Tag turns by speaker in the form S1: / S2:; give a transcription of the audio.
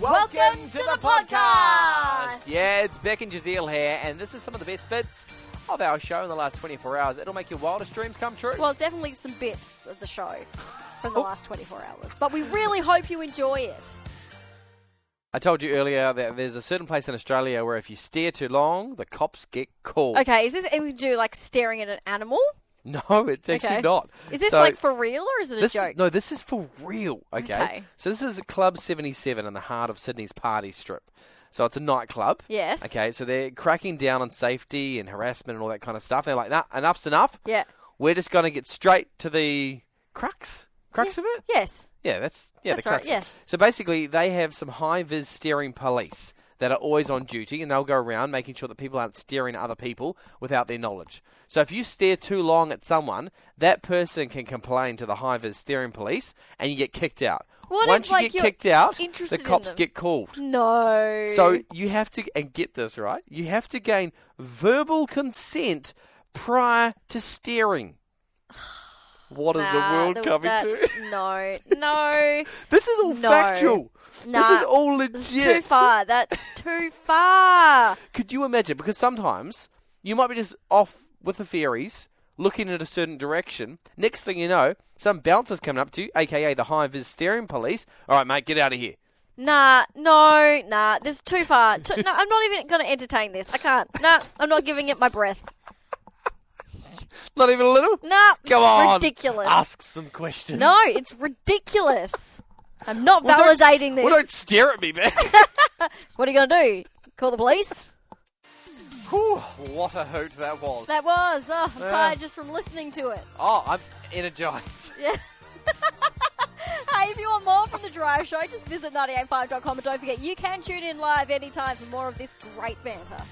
S1: Welcome to the podcast.
S2: Yeah, it's Beck and Giselle here, and this is some of the best bits of our show in the last 24 hours. It'll make your wildest dreams come true.
S1: Well, it's definitely some bits of the show from the
S2: Oh.
S1: last 24 hours, but we really hope you enjoy it.
S2: I told you earlier that there's a certain place in Australia where if you stare too long, the cops get called.
S1: Okay, is this anything to do like staring at an animal?
S2: No, it's actually
S1: Okay.
S2: not.
S1: Is this
S2: So-
S1: like for real or is it a
S2: This,
S1: joke?
S2: no, this is for real. Okay?
S1: Okay.
S2: So this is Club 77 in the heart of Sydney's party strip. So it's a nightclub.
S1: Yes.
S2: Okay, so they're cracking down on safety and harassment and all that kind of stuff. They're like, nah, enough's enough.
S1: Yeah.
S2: We're just going to get straight to the crux. Crux of it?
S1: Yes.
S2: Yeah, that's yeah,
S1: That's
S2: the
S1: all
S2: crux.
S1: right,
S2: of it. So basically, they have some high vis steering police that are always on duty, and they'll go around making sure that people aren't steering at other people without their knowledge. So if you stare too long at someone, that person can complain to the high vis steering police, and you get kicked out.
S1: What if,
S2: Once you
S1: like,
S2: get
S1: you're
S2: kicked out, the
S1: interested in
S2: cops
S1: them?
S2: get called.
S1: No.
S2: So you have to, and get this right, you have to gain verbal consent prior to steering. What is the
S1: Nah,
S2: world
S1: the-
S2: coming to?
S1: that's- No, no.
S2: This is all
S1: No.
S2: factual. This is
S1: Nah,
S2: all legit.
S1: It's too far. That's too far.
S2: Could you imagine? Because sometimes you might be just off with the fairies, looking in a certain direction. Next thing you know, some bouncer's coming up to you, aka the high vis steering police. All right, mate, get out of here.
S1: Nah, no, nah. This is too far. Too, no, I'm not even going to entertain this. I can't. Nah, I'm not giving it my breath.
S2: Not even a little.
S1: Nah,
S2: Come on.
S1: ridiculous.
S2: Ask some questions.
S1: No, it's ridiculous. I'm not
S2: Well, don't s-
S1: validating this.
S2: Well, don't stare at me, man.
S1: What are you going to do? Call the police?
S2: Whew, what a hoot that was.
S1: That was. Oh, I'm
S2: Yeah.
S1: tired just from listening to it.
S2: oh, I'm energized.
S1: Hey, if you want more from The Drive Show, just visit 985.com and don't forget you can tune in live anytime for more of this great banter.